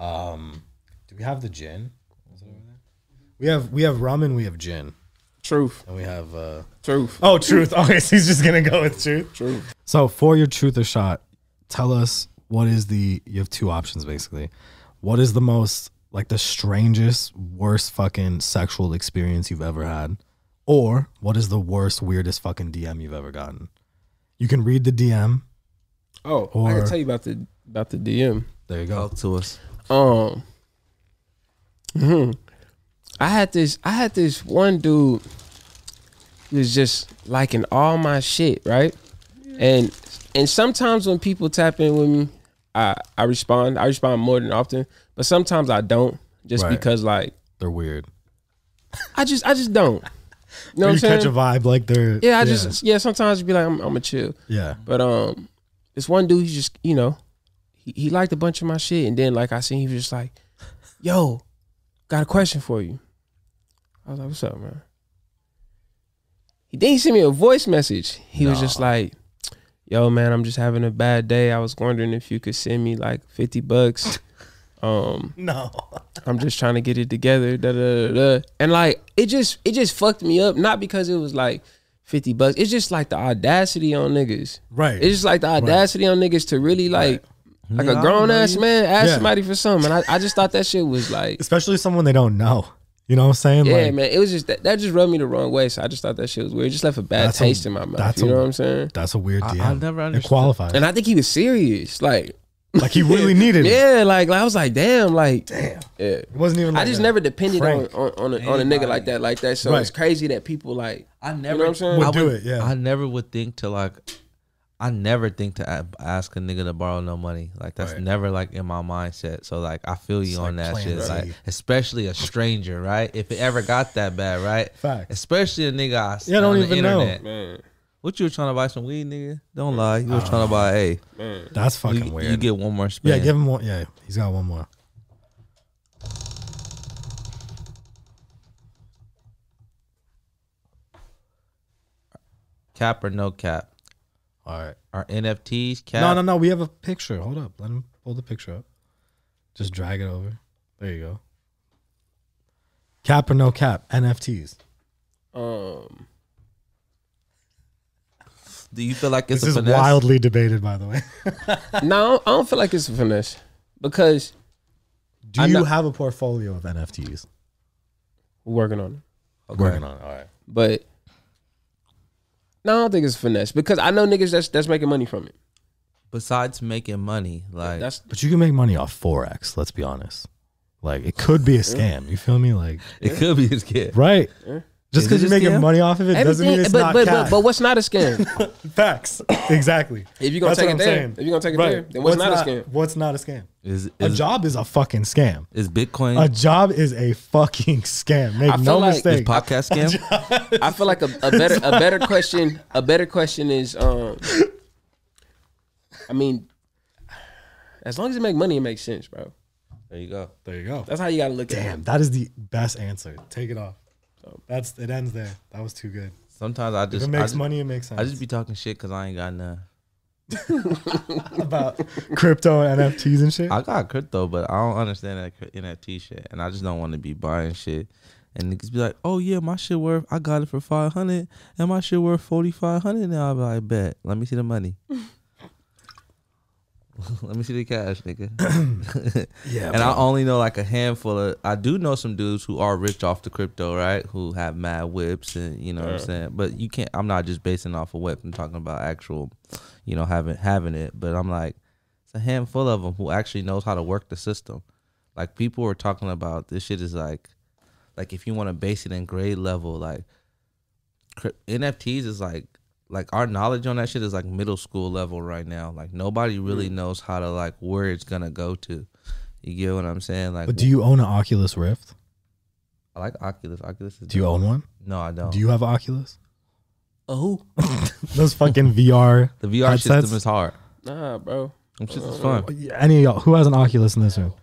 Speaker 4: Um, do we have the gin? Is it over there? We have we have ramen, we have gin,
Speaker 2: Truth.
Speaker 4: and we have. uh
Speaker 2: Truth.
Speaker 4: Oh, truth. Okay, so he's just gonna go with truth.
Speaker 2: Truth.
Speaker 4: So for your truth or shot, tell us what is the you have two options basically. What is the most like the strangest, worst fucking sexual experience you've ever had? Or what is the worst, weirdest fucking DM you've ever gotten? You can read the DM.
Speaker 2: Oh, I
Speaker 4: Or-
Speaker 2: can tell you about the about the DM.
Speaker 4: There you go.
Speaker 3: Talk to us.
Speaker 2: Um, hmm. I had this. I had this one dude. He was just liking all my shit, right? And and sometimes when people tap in with me, I I respond. I respond more than often, but sometimes I don't, just
Speaker 4: Right.
Speaker 2: because like
Speaker 4: They're weird.
Speaker 2: I just I just don't. You know what
Speaker 4: Or
Speaker 2: I'm
Speaker 4: you
Speaker 2: saying?
Speaker 4: catch a vibe like they're
Speaker 2: yeah, I just yeah. Sometimes you be like, I'm, I'm a chill,
Speaker 4: yeah.
Speaker 2: but um, this one dude, he just, you know, he, he liked a bunch of my shit. And then, like, I seen he was just like, yo, got a question for you. I was like, what's up, man? He then he sent me a voice message. He was just like, yo, man, I'm just having a bad day. I was wondering if you could send me like 50 bucks. Um,
Speaker 4: No.
Speaker 2: I'm just trying to get it together. Da, da, da, da. And like it just it just fucked me up. Not because it was like 50 bucks. It's just like the audacity on niggas.
Speaker 4: Right.
Speaker 2: It's just like the audacity on niggas to really like like
Speaker 3: Nigga,
Speaker 2: a
Speaker 3: I
Speaker 2: grown
Speaker 3: don't know
Speaker 2: ass
Speaker 3: you.
Speaker 2: man ask
Speaker 4: Yeah.
Speaker 2: somebody for something. And I, I just thought that shit was like
Speaker 4: Especially someone they don't know. You know what I'm saying?
Speaker 2: Yeah,
Speaker 4: like,
Speaker 2: man. It was just that, that just rubbed me the wrong way. So I just thought that shit was weird. It just left a bad
Speaker 4: That's a-
Speaker 2: taste in my mouth.
Speaker 4: that's
Speaker 2: You
Speaker 4: a-
Speaker 2: know what I'm saying?
Speaker 4: That's a weird
Speaker 3: I-
Speaker 4: DM.
Speaker 3: I've never
Speaker 4: It
Speaker 3: understood-
Speaker 4: qualifies.
Speaker 2: And I think he was serious. Like
Speaker 4: like he really needed it.
Speaker 2: Yeah, like, like I was like, damn, like damn. Yeah.
Speaker 4: It wasn't even. Like
Speaker 2: I just
Speaker 4: a
Speaker 2: never depended on,
Speaker 4: prank.
Speaker 2: on on a, on a nigga like that like that. So
Speaker 4: Right.
Speaker 2: it's crazy that people like
Speaker 3: I
Speaker 2: you
Speaker 3: never
Speaker 2: know what I'm saying.
Speaker 4: Would
Speaker 3: I
Speaker 4: do
Speaker 3: would-
Speaker 4: it, yeah.
Speaker 3: I never would think to like I never think to a- ask a nigga to borrow no money. Like that's
Speaker 4: Right.
Speaker 3: never like in my mindset. So like I feel you
Speaker 4: It's
Speaker 3: on
Speaker 4: like
Speaker 3: that
Speaker 4: plan
Speaker 3: shit.
Speaker 4: Z.
Speaker 3: Like especially a stranger, right? If it ever got that bad, right?
Speaker 4: Facts.
Speaker 3: Especially a nigga I
Speaker 4: Yeah, I don't
Speaker 3: on the
Speaker 4: even know.
Speaker 3: internet.
Speaker 2: Man,
Speaker 3: What you were trying to buy some weed, nigga? Don't lie. You were trying to buy hey.
Speaker 2: man.
Speaker 4: That's Ah, fucking
Speaker 3: You,
Speaker 4: weird.
Speaker 3: you get one more spin.
Speaker 4: yeah, give him one. Yeah, he's got one more.
Speaker 3: cap or no cap.
Speaker 4: All right.
Speaker 3: Are NFTs cap?
Speaker 4: No, no, no. We have a picture. Hold up. Let him pull the picture up. Just drag it over. There you go. Cap or no cap? NFTs.
Speaker 2: Um,
Speaker 3: Do you feel like it's
Speaker 4: This
Speaker 3: a
Speaker 4: is
Speaker 3: finesse?
Speaker 4: wildly debated, by the way.
Speaker 2: no, I don't feel like it's a finesse because
Speaker 4: Do
Speaker 2: I'm
Speaker 4: you
Speaker 2: not-
Speaker 4: have a portfolio of NFTs?
Speaker 2: we're working on it.
Speaker 3: Okay.
Speaker 4: on it. All right.
Speaker 2: But no, I don't think it's a finesse because I know niggas that's that's making money from it.
Speaker 3: Besides making money, like
Speaker 2: That's
Speaker 4: But you can make money off forex. Let's be honest. Like it could be a scam. You feel me? Like
Speaker 3: it could be his kid.
Speaker 4: right.
Speaker 3: Is
Speaker 4: Just because
Speaker 3: it
Speaker 4: you're
Speaker 3: a
Speaker 4: making
Speaker 3: scam?
Speaker 4: money off of it doesn't mean
Speaker 2: everything.
Speaker 4: it's
Speaker 2: But
Speaker 4: not
Speaker 2: but,
Speaker 4: cap.
Speaker 2: but but what's not a scam?
Speaker 4: Facts. Exactly.
Speaker 2: If you're gonna
Speaker 4: That's
Speaker 2: take
Speaker 4: what
Speaker 2: it
Speaker 4: I'm
Speaker 2: there,
Speaker 4: saying.
Speaker 2: if you're gonna take it there, then what's not a scam?
Speaker 4: What's not a scam?
Speaker 3: Is
Speaker 4: A
Speaker 3: is, Mm.
Speaker 4: job is a fucking scam.
Speaker 3: is Bitcoin
Speaker 4: A job is a fucking scam. Make
Speaker 2: I feel
Speaker 4: no
Speaker 2: like-
Speaker 3: is
Speaker 4: mistake.
Speaker 3: podcast scam?
Speaker 2: I feel like a, a better a better question a better question is um I mean as long as it make money it makes sense, bro.
Speaker 3: There you go.
Speaker 4: there you go.
Speaker 2: That's how you gotta look at it.
Speaker 4: Damn, that is the best answer. Take it off. That's it ends there. That was too good.
Speaker 3: Sometimes I
Speaker 4: If
Speaker 3: just
Speaker 4: it
Speaker 3: I
Speaker 4: makes
Speaker 3: just,
Speaker 4: money, it makes sense.
Speaker 3: I just be talking shit because I ain't got none.
Speaker 4: about crypto and NFTs and shit.
Speaker 3: I got crypto, but I don't understand that cr- NFT shit, and I just don't want to be buying shit. And niggas be like, "Oh yeah, my shit worth. I got it for five hundred, and my shit worth forty five hundred now." I be like, "Bet. Let me see the money. Let me see the cash, nigga."
Speaker 4: yeah.
Speaker 3: and I only know like a handful of. I do know some dudes who are rich off the crypto, right? Who have mad whips, and you know what I'm saying. But you can't. I'm not just basing off a whip. I'm talking about actual, you know, having having it. But I'm like, it's a handful of them who actually knows how to work the system. Like people were talking about this shit is like, like if you want to base it in grade level, like cryp- NFTs is like like our knowledge on that shit is like middle school level right now. Like nobody really knows how to like where it's gonna go to. You get what I'm saying? Like,
Speaker 4: but do you own an Oculus Rift?
Speaker 3: I like Oculus. Oculus is
Speaker 4: Do you own one?
Speaker 3: no, I don't.
Speaker 4: Do you have an Oculus?
Speaker 2: Oh
Speaker 4: Those fucking VR.
Speaker 3: the VR
Speaker 4: headsets?
Speaker 3: system is hard.
Speaker 2: nah, bro.
Speaker 3: Them shits is fun.
Speaker 4: Any of y'all who has an Oculus in this room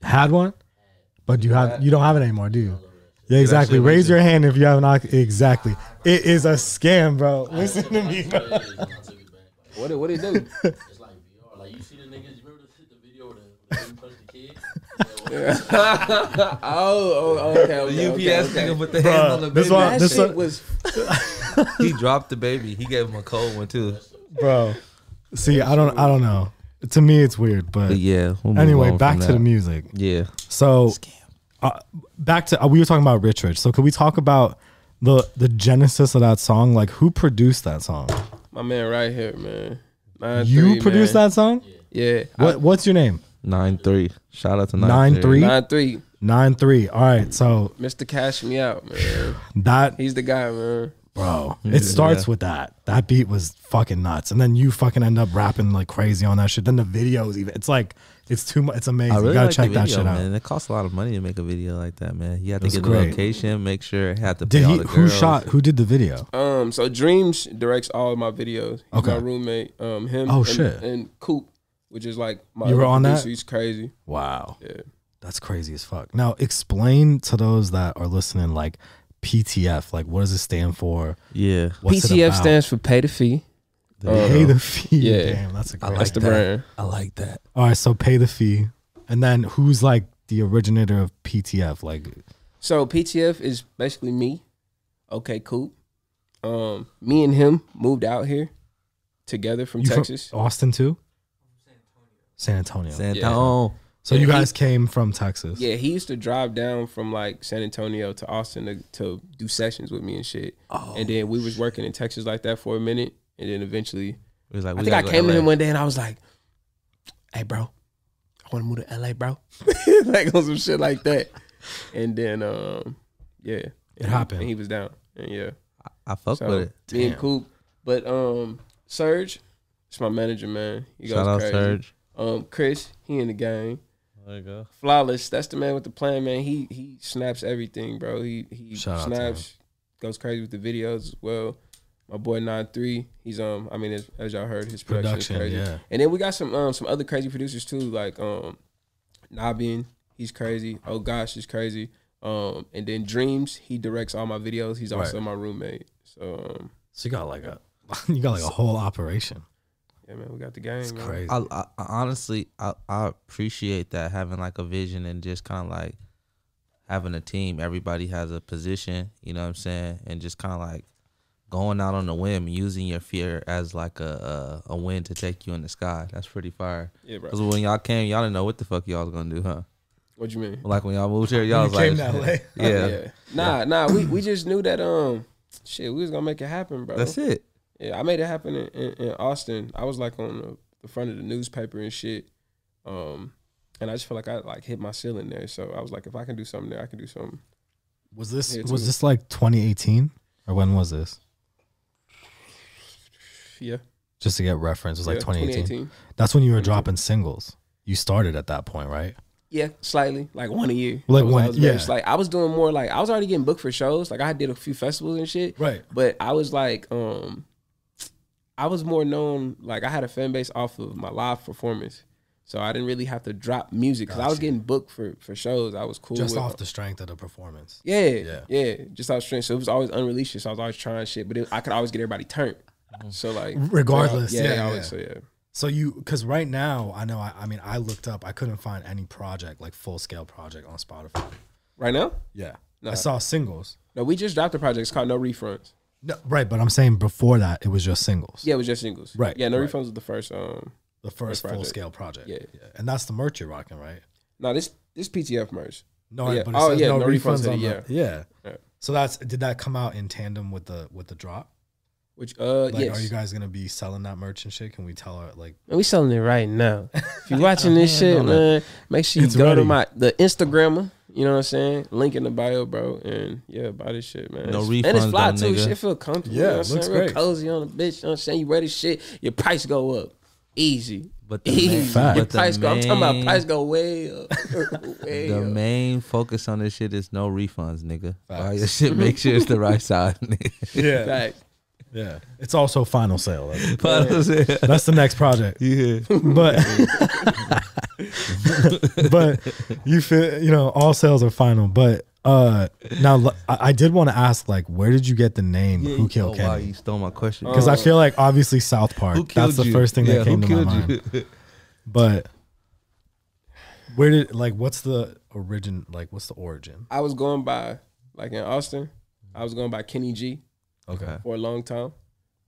Speaker 4: had one, but you have you don't have it anymore, do you? Yeah, exactly.
Speaker 3: actually
Speaker 4: Raise
Speaker 3: raises-
Speaker 4: your hand if you have an Oculus. Exactly. It is a scam, bro. Listen to me. Bro.
Speaker 2: What it what it do?
Speaker 5: It's like VR. Like you see the niggas. You remember the, the video where the, where the dude punched the kid?
Speaker 2: oh, oh, okay. okay
Speaker 3: UPS
Speaker 2: okay, okay.
Speaker 3: nigga with the
Speaker 4: Bruh,
Speaker 3: hands on the
Speaker 4: this
Speaker 3: baby.
Speaker 4: one-
Speaker 2: That
Speaker 4: This
Speaker 2: shit
Speaker 4: a-
Speaker 2: was
Speaker 3: he dropped the baby. He gave him a cold one too.
Speaker 4: bro. See, I don't I don't know. To me, it's weird, but
Speaker 3: But yeah. we'll move on
Speaker 4: anyway,
Speaker 3: from
Speaker 4: back to
Speaker 3: that.
Speaker 4: the music.
Speaker 3: Yeah.
Speaker 4: So, uh, back to uh, we were talking about Rich Rich. So, could we talk about the the genesis of that song? Like, who produced that song?
Speaker 2: my man right here, man. Nine
Speaker 4: you
Speaker 2: three,
Speaker 4: produced
Speaker 2: man.
Speaker 4: that song?
Speaker 2: Yeah.
Speaker 4: What What's your name?
Speaker 3: Nine three. Shout out to nine,
Speaker 4: Nine three
Speaker 2: Nine three.
Speaker 4: nine three. All right, so
Speaker 2: Mr. Cash me out, man.
Speaker 4: that
Speaker 2: He's the guy, man.
Speaker 4: bro, it starts with that. That beat was fucking nuts, and then you fucking end up rapping like crazy on that shit. Then the videos, even it's like it's too much. It's amazing.
Speaker 3: I really
Speaker 4: you gotta
Speaker 3: like
Speaker 4: check
Speaker 3: the
Speaker 4: that
Speaker 3: video,
Speaker 4: shit out.
Speaker 3: man. It costs a lot of money to make a video like that, man. You have to
Speaker 4: was
Speaker 3: get
Speaker 4: great.
Speaker 3: the location, make sure it had to pay
Speaker 4: Did
Speaker 3: all
Speaker 4: he?
Speaker 3: the
Speaker 4: Who
Speaker 3: girls.
Speaker 4: shot? Who did the video?
Speaker 2: Um Um, so Dreams directs all of my videos. He's
Speaker 4: Okay.
Speaker 2: my roommate. Um, him.
Speaker 4: Oh,
Speaker 2: and,
Speaker 4: shit.
Speaker 2: And Coop, which is like my
Speaker 4: You were
Speaker 2: other
Speaker 4: on that?
Speaker 2: producer. He's crazy.
Speaker 4: Wow.
Speaker 2: Yeah.
Speaker 4: That's crazy as fuck. Now explain to those that are listening, like PTF, like what does it stand for?
Speaker 3: Yeah.
Speaker 4: What's it
Speaker 2: PTF
Speaker 4: about?
Speaker 2: stands for Pay the Fee.
Speaker 3: There you
Speaker 2: Uh,
Speaker 4: Pay the fee.
Speaker 2: Yeah.
Speaker 4: Damn, that's a great
Speaker 2: That's the brand.
Speaker 4: I like that. All right, so pay the fee. And then who's like the originator of PTF? Like
Speaker 2: So PTF is basically me. Okay, Coop. Um, me and him moved out here together from
Speaker 4: you from
Speaker 2: Texas.
Speaker 4: Austin too? San Antonio.
Speaker 3: San
Speaker 2: Yeah.
Speaker 3: Antonio.
Speaker 4: so
Speaker 2: Yeah,
Speaker 4: you
Speaker 2: he-
Speaker 4: guys came from Texas.
Speaker 2: Yeah, he used to drive down from like San Antonio to Austin to, to do sessions with me and shit.
Speaker 3: Oh,
Speaker 2: and then we was working in Texas like that for a minute, and then eventually,
Speaker 3: It was like,
Speaker 2: I
Speaker 3: we
Speaker 2: think I
Speaker 3: gotta go
Speaker 2: came to
Speaker 3: LA.
Speaker 2: him one day and I was like, "Hey, bro, I want to move to LA, bro," like on some shit like that. And then, um, yeah,
Speaker 4: It happened.
Speaker 2: And he was down, and yeah,
Speaker 3: I fuck
Speaker 2: so
Speaker 3: with it.
Speaker 2: me and Coop, but um, Serge, it's my manager, man. He goes
Speaker 3: Shout out
Speaker 2: crazy.
Speaker 3: Surge.
Speaker 2: Um, Chris, he in the game.
Speaker 3: There you go.
Speaker 2: Flawless, that's the man with the plan, man. He he snaps everything, bro. He he
Speaker 4: Shout out to
Speaker 2: snaps, goes crazy with the videos as well. My boy Nine Three, he's um, I mean, as, as y'all heard, his production,
Speaker 4: Production,
Speaker 2: is crazy.
Speaker 4: yeah.
Speaker 2: And then we got some um some other crazy producers too, like um, Nabin, he's crazy. Oh gosh, he's crazy. Um, and then Dreams, he directs all my videos. He's also
Speaker 4: Right.
Speaker 2: my roommate. So um,
Speaker 4: So you got like a you got like a whole operation.
Speaker 2: yeah, man, we got the game.
Speaker 4: It's
Speaker 2: man.
Speaker 4: crazy.
Speaker 3: I, I I honestly I, I appreciate that having like a vision and just kind of like having a team. Everybody has a position, you know what I'm saying, and just kind of like going out on a whim, using your fear as like a a, a wind to take you in the sky. That's pretty fire.
Speaker 2: Yeah, bro.
Speaker 3: Cause when y'all came, y'all didn't know what the fuck y'all was gonna do, huh?
Speaker 2: What you mean?
Speaker 3: Like when y'all moved here, y'all was
Speaker 4: came
Speaker 3: like,
Speaker 4: to LA.
Speaker 3: yeah,
Speaker 2: Nah, nah. We we just knew that um, shit, we was gonna make it happen, bro.
Speaker 3: that's it.
Speaker 2: Yeah, I made it happen in, in, in Austin. I was like on the, the front of the newspaper and shit. Um, and I just feel like I like hit my ceiling there. So I was like, if I can do something there, I can do something.
Speaker 4: Was this
Speaker 2: Yeah, it's
Speaker 4: was
Speaker 2: good.
Speaker 4: this like 2018 or when was this?
Speaker 2: Yeah,
Speaker 4: Just to get reference, it was like
Speaker 2: yeah,
Speaker 4: 2018. That's when you were dropping singles. You started at that point, right?
Speaker 2: Yeah, slightly like one a year.
Speaker 4: Like
Speaker 2: I was-
Speaker 4: one-
Speaker 2: I was very
Speaker 4: yeah.
Speaker 2: slight. I was doing more like I was already getting booked for shows. Like I did a few festivals and shit.
Speaker 4: Right.
Speaker 2: But I was like, um, I was more known like I had a fan base off of my live performance. So I didn't really have to drop music because I was
Speaker 4: Gotcha.
Speaker 2: getting booked for, for shows. I was cool
Speaker 4: Just
Speaker 2: with
Speaker 4: off the strength of the performance.
Speaker 2: Yeah,
Speaker 4: Yeah.
Speaker 2: yeah, Just out of strength. So it was always unreleased. shit, So I was always trying shit, but it, I could always get everybody turned. So like,
Speaker 4: Regardless, yeah,
Speaker 2: I
Speaker 4: yeah.
Speaker 2: always- so yeah.
Speaker 4: So you, because right now, I know, I, I mean, I looked up, I couldn't find any project, like full scale project on Spotify.
Speaker 2: Right now,
Speaker 4: Yeah. I
Speaker 2: Nah.
Speaker 4: saw singles.
Speaker 2: no, we just dropped a project. It's called No Refunds.
Speaker 4: No, right. But I'm saying before that, it was just singles.
Speaker 2: Yeah, it was just singles.
Speaker 4: Right,
Speaker 2: Yeah, No
Speaker 4: right.
Speaker 2: Refunds was the first. Um,
Speaker 4: The first
Speaker 2: project.
Speaker 4: full scale project.
Speaker 2: Yeah.
Speaker 4: And that's the merch you're rocking, right?
Speaker 2: no, this this PTF merch.
Speaker 4: No,
Speaker 2: Yeah.
Speaker 4: but it
Speaker 2: Oh,
Speaker 4: says
Speaker 2: yeah,
Speaker 4: no,
Speaker 2: no
Speaker 4: refunds,
Speaker 2: refunds in
Speaker 4: on
Speaker 2: it,
Speaker 4: the, yeah.
Speaker 2: Yeah.
Speaker 4: So that's, did that come out in tandem with the, with the drop?
Speaker 2: Which uh
Speaker 4: Like,
Speaker 2: yes,
Speaker 4: are you guys going to be selling that merch and shit? Can we tell her, like,
Speaker 2: Man, we selling it right now. If you're watching this shit, man, make sure you
Speaker 4: It's
Speaker 2: go
Speaker 4: ready.
Speaker 2: to my the Instagrammer. You know what I'm saying? Link in the bio, bro. And yeah, buy this shit, man.
Speaker 3: No
Speaker 2: It's-
Speaker 3: refunds
Speaker 2: And it's fly
Speaker 3: though,
Speaker 2: too.
Speaker 3: nigga.
Speaker 2: Shit feel comfortable.
Speaker 4: Yeah,
Speaker 2: you know what
Speaker 4: it
Speaker 2: I'm
Speaker 4: looks
Speaker 2: saying? Real
Speaker 4: great.
Speaker 2: cozy on the bitch. You know what I'm saying? You ready shit, your price go up. Easy.
Speaker 3: But the main-
Speaker 2: Easy.
Speaker 3: Fact.
Speaker 2: Your
Speaker 3: but the
Speaker 2: price go I'm talking about
Speaker 3: main-
Speaker 2: price go way up. way
Speaker 3: The
Speaker 2: up.
Speaker 3: main focus on this shit is no refunds, nigga. Buy your shit, make sure it's the right side. Nigga.
Speaker 4: yeah.
Speaker 2: Fact.
Speaker 4: Yeah. It's also final sale. That's,
Speaker 3: But I'm saying-
Speaker 4: that's the next project.
Speaker 3: yeah.
Speaker 4: but but you feel you know all sales are final but uh now l- i, I did want to ask like where did you get the name who
Speaker 3: oh,
Speaker 4: killed
Speaker 3: Wow,
Speaker 4: Kennedy?
Speaker 3: you stole my question.
Speaker 4: because i feel like obviously south
Speaker 3: Who
Speaker 4: park
Speaker 3: killed
Speaker 4: that's the
Speaker 3: you?
Speaker 4: first thing
Speaker 3: Yeah,
Speaker 4: that came
Speaker 3: who
Speaker 4: to my
Speaker 3: killed
Speaker 4: mind
Speaker 3: you?
Speaker 4: but where did like what's the origin like what's the origin
Speaker 2: I was going by like in Austin, I was going by Kenny G.
Speaker 4: okay
Speaker 2: for a long time.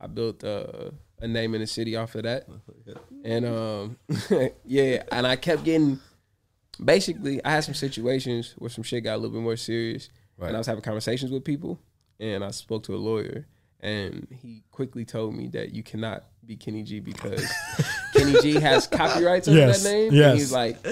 Speaker 2: I built uh, a name in the city off of that, and um, yeah, and I kept getting. Basically, I had some situations where some shit got a little bit more serious, and I was having conversations with people, and I spoke to a lawyer, and he quickly told me that you cannot be Kenny G because Kenny G has copyrights over
Speaker 4: Yes,
Speaker 2: that name.
Speaker 4: yes.
Speaker 2: And he's like,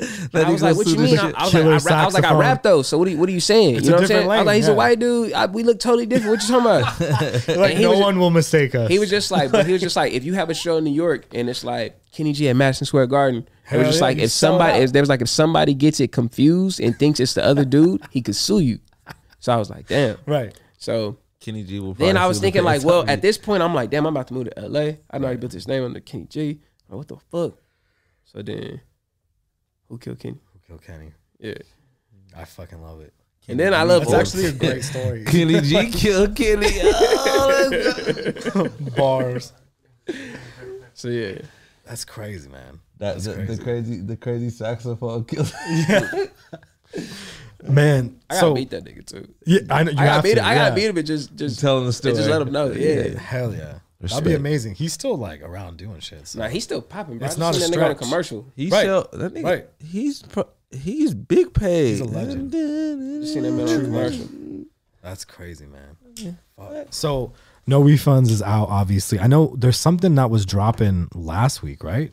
Speaker 2: I
Speaker 3: Let him
Speaker 2: was
Speaker 3: go
Speaker 2: like, what
Speaker 3: sue
Speaker 2: you
Speaker 3: this
Speaker 2: mean? I,
Speaker 3: shit.
Speaker 2: I was like, I,
Speaker 4: Killer
Speaker 2: ra- I was like, I
Speaker 4: saxophone.
Speaker 2: rap though. So what are you, what are you saying?
Speaker 4: It's
Speaker 2: you know
Speaker 4: a
Speaker 2: what I'm saying?
Speaker 4: different
Speaker 2: I was like, he's a
Speaker 4: lane, yeah.
Speaker 2: white dude. I, we look totally different. What you talking about?
Speaker 4: like
Speaker 2: he
Speaker 4: no
Speaker 2: was-
Speaker 4: one will mistake us
Speaker 2: He was just like, but he was just like, if you have a show in New York and it's like Kenny G at Madison Square Garden, it
Speaker 4: Hell
Speaker 2: was just
Speaker 4: yeah,
Speaker 2: like
Speaker 4: you
Speaker 2: if
Speaker 4: sold
Speaker 2: somebody,
Speaker 4: out.
Speaker 2: if there was like if somebody gets it confused and thinks it's the other dude, he could sue you. So I was like, damn.
Speaker 4: right
Speaker 2: So
Speaker 3: Kenny G will.
Speaker 2: Then
Speaker 3: probably
Speaker 2: I was
Speaker 3: see
Speaker 2: thinking
Speaker 3: the
Speaker 2: like,
Speaker 3: pants
Speaker 2: well,
Speaker 3: on
Speaker 2: at
Speaker 3: me.
Speaker 2: this point, I'm like, damn, I'm about to move to LA. I already built this name under Kenny G. Like, what the fuck? So then, who killed Kenny?
Speaker 4: Kill Kenny.
Speaker 2: Yeah.
Speaker 4: I fucking love it.
Speaker 2: and then I love
Speaker 4: That's actually a great story.
Speaker 3: Kenny G killed Kenny. Oh, let's go.
Speaker 4: Bars.
Speaker 2: So yeah,
Speaker 4: That's crazy, man.
Speaker 3: That, the, the crazy, the crazy saxophone killed.
Speaker 4: Man,
Speaker 2: I gotta
Speaker 4: so
Speaker 2: beat that nigga too.
Speaker 4: yeah, I know you
Speaker 2: I gotta
Speaker 4: have
Speaker 2: beat.
Speaker 4: to.
Speaker 2: him. I gotta
Speaker 4: yeah.
Speaker 2: beat him. But just, just
Speaker 3: Telling the
Speaker 2: and Just
Speaker 3: story.
Speaker 2: let him know. Yeah.
Speaker 4: Hell yeah, that'd
Speaker 3: Respect.
Speaker 4: be amazing. He's still like around doing shit. So.
Speaker 2: Nah, he's still popping. Bro.
Speaker 4: It's
Speaker 2: I
Speaker 4: not
Speaker 2: just
Speaker 4: a
Speaker 2: seen that nigga on a
Speaker 4: stretch.
Speaker 2: commercial.
Speaker 3: He
Speaker 4: Right.
Speaker 3: sell- that nigga.
Speaker 4: Right.
Speaker 3: He's pro, he's big paid.
Speaker 4: a legend.
Speaker 2: Just seen him in a commercial.
Speaker 4: That's crazy, man. Fuck. So no refunds is out. Obviously, I know there's something that was dropping last week, right?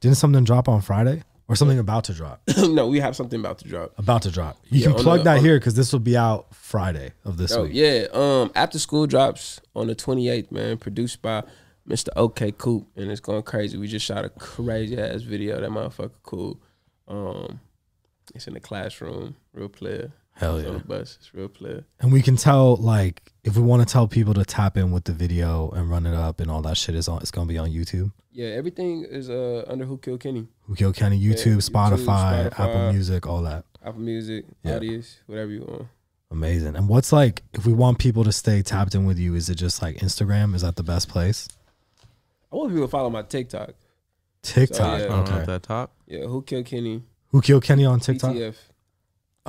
Speaker 4: Didn't something drop on Friday or something about to drop?
Speaker 2: no, we have something about to drop.
Speaker 4: About to drop. You
Speaker 2: on
Speaker 4: can plug
Speaker 2: the-
Speaker 4: that
Speaker 2: on-
Speaker 4: here because this will be out Friday of this
Speaker 2: Oh
Speaker 4: week.
Speaker 2: yeah. Um, after school drops on the 28th, man. Produced by Mr. OK Coop, and it's going crazy. We just shot a crazy ass video. That motherfucker cool. Um, it's in the classroom. Real player.
Speaker 4: Hell
Speaker 2: It's on
Speaker 4: yeah.
Speaker 2: the bus. It's real player.
Speaker 4: And we can tell like if we want to tell people to tap in with the video and run it up and all that shit is on. It's gonna be on YouTube.
Speaker 2: Yeah, everything is uh under Who Killed Kenny.
Speaker 4: Who Kill Kenny? YouTube,
Speaker 2: YouTube,
Speaker 4: Spotify,
Speaker 2: Spotify.
Speaker 4: Apple Music, all that.
Speaker 2: Apple Music,
Speaker 4: Yeah.
Speaker 2: Audius, whatever you want.
Speaker 4: Amazing. And what's like if we want people to stay tapped in with you? Is it just like Instagram? Is that the best place?
Speaker 2: I want people to follow my TikTok.
Speaker 4: TikTok.
Speaker 2: So, Oh, yeah. Uh-huh.
Speaker 3: I don't know
Speaker 4: Okay.
Speaker 3: if that talk.
Speaker 2: Yeah, Who Killed Kenny?
Speaker 4: Who killed Kenny on TikTok?
Speaker 2: TTF.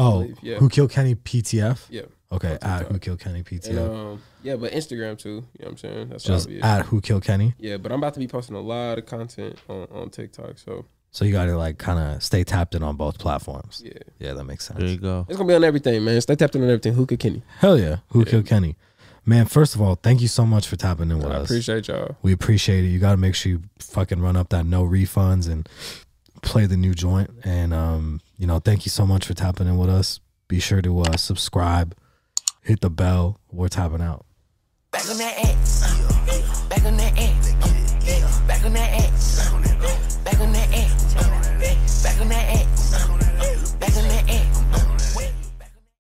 Speaker 4: Oh,
Speaker 2: believe, yeah.
Speaker 4: who killed Kenny PTF?
Speaker 2: Yeah.
Speaker 4: Okay,
Speaker 2: On
Speaker 4: at
Speaker 2: TikTok.
Speaker 4: who killed Kenny PTF?
Speaker 2: And um, yeah, but Instagram too. You know what I'm saying? That's
Speaker 4: just
Speaker 2: obvious.
Speaker 4: at who killed Kenny.
Speaker 2: yeah, but I'm about to be posting a lot of content on, on TikTok. So
Speaker 4: So you got to like kind of stay tapped in on both platforms.
Speaker 2: yeah.
Speaker 4: Yeah, that makes sense.
Speaker 3: There you go.
Speaker 2: It's gonna be on everything, man. Stay tapped in on everything. Who could Kenny?
Speaker 4: Hell yeah, who killed Kenny? Man, first of all, thank you so much for tapping in with
Speaker 2: I
Speaker 4: us.
Speaker 2: appreciate y'all.
Speaker 4: we appreciate it. You got to make sure you fucking run up that no refunds and play the new joint. And um, you know, thank you so much for tapping in with us. Be sure to uh, subscribe, hit the bell. We're tapping out.
Speaker 6: Back on that X. Back on that X. Yeah.